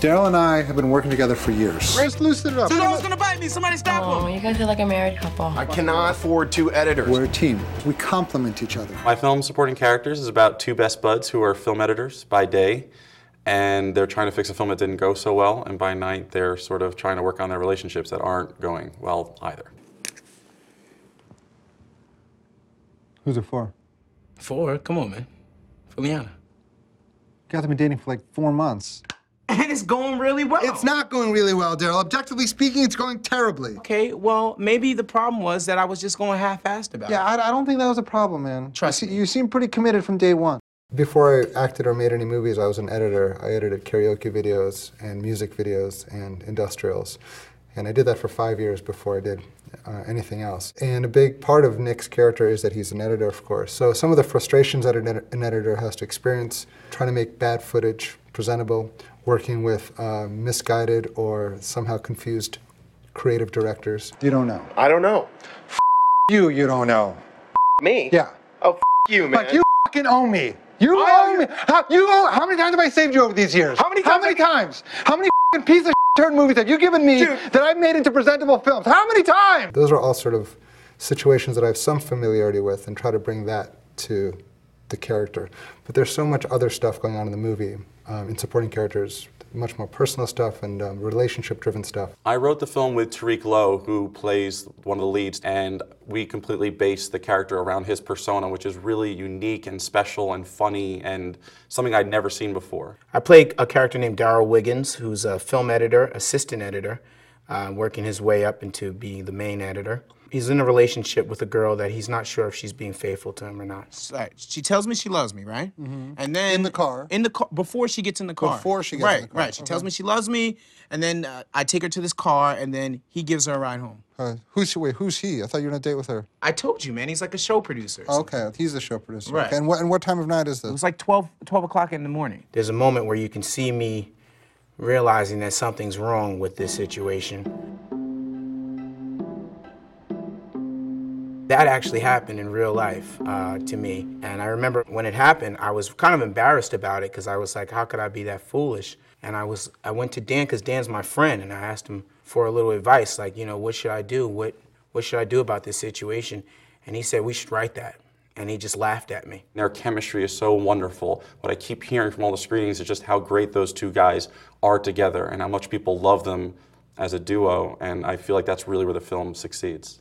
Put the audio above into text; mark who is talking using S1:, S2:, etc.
S1: Daryl and I have been working together for years. Let's loosen it up.
S2: Someone's gonna bite me. Somebody stop
S3: Oh, you guys are like a married couple.
S4: I cannot afford two editors.
S1: We're a team. We complement each other.
S5: My film supporting characters is about two best buds who are film editors by day, and they're trying to fix a film that didn't go so well, and by night they're sort of trying to work on their relationships that aren't going well either.
S6: Who's it for?
S2: Four? Come on, man. Feliana.
S6: Guys have been dating for like four months.
S2: And it's going really well.
S1: It's not going really well, Daryl. Objectively speaking, it's going terribly.
S2: Okay, well, maybe the problem was that I was just going half-assed about
S6: Yeah, I, I don't think that was a problem, man.
S2: Trust
S6: you, se-
S2: me.
S6: you seem pretty committed from day one.
S7: Before I acted or made any movies, I was an editor. I edited karaoke videos and music videos and industrials. And I did that for five years before I did uh, anything else. And a big part of Nick's character is that he's an editor, of course. So some of the frustrations that an, ed- an editor has to experience trying to make bad footage presentable, working with uh, misguided or somehow confused creative directors.
S1: You don't know.
S4: I don't know.
S1: You, you don't know.
S4: Me?
S1: Yeah.
S4: Oh, f- you, man.
S1: Like you fucking owe me. You
S4: I owe
S1: owe
S4: you-
S1: me. How, you owe, how many times have I saved you over these years?
S4: How many
S1: How
S4: times
S1: many
S4: I-
S1: times? How many fucking piece of turn movies have you given me
S4: Dude.
S1: that I've made into presentable films? How many times?
S7: Those are all sort of situations that I have some familiarity with and try to bring that to the character. But there's so much other stuff going on in the movie um, in supporting characters, much more personal stuff and um, relationship driven stuff.
S5: I wrote the film with Tariq Lowe, who plays one of the leads, and we completely based the character around his persona, which is really unique and special and funny and something I'd never seen before.
S8: I play a character named Daryl Wiggins, who's a film editor, assistant editor, uh, working his way up into being the main editor. He's in a relationship with a girl that he's not sure if she's being faithful to him or not.
S2: Right. She tells me she loves me, right? And then
S1: Mm-hmm. In the car.
S2: in the car before she gets in the car.
S1: Before she gets in
S2: right,
S1: the car. Uh-huh.
S2: right. She tells me she loves me, and then uh, I take her to this car, and then he gives her a ride home.
S6: Uh, who's she? Wait, who's he? I thought you were on a date with her.
S2: I told you, man. He's like a show producer. or something.
S6: Okay, he's the show producer.
S2: Right.
S6: Okay, and what and what time of night is
S2: It
S6: this?
S2: was like 12, 12 o'clock in the morning.
S8: There's a moment where you can see me realizing that something's wrong with this situation. That actually happened in real life uh, to me. And I remember when it happened, I was kind of embarrassed about it because I was like, how could I be that foolish? And I was, I went to Dan because Dan's my friend, and I asked him for a little advice, like, you know, what should I do? What, what should I do about this situation? And he said, we should write that. And he just laughed at me.
S5: Their chemistry is so wonderful. What I keep hearing from all the screenings is just how great those two guys are together and how much people love them as a duo, and I feel like that's really where the film succeeds.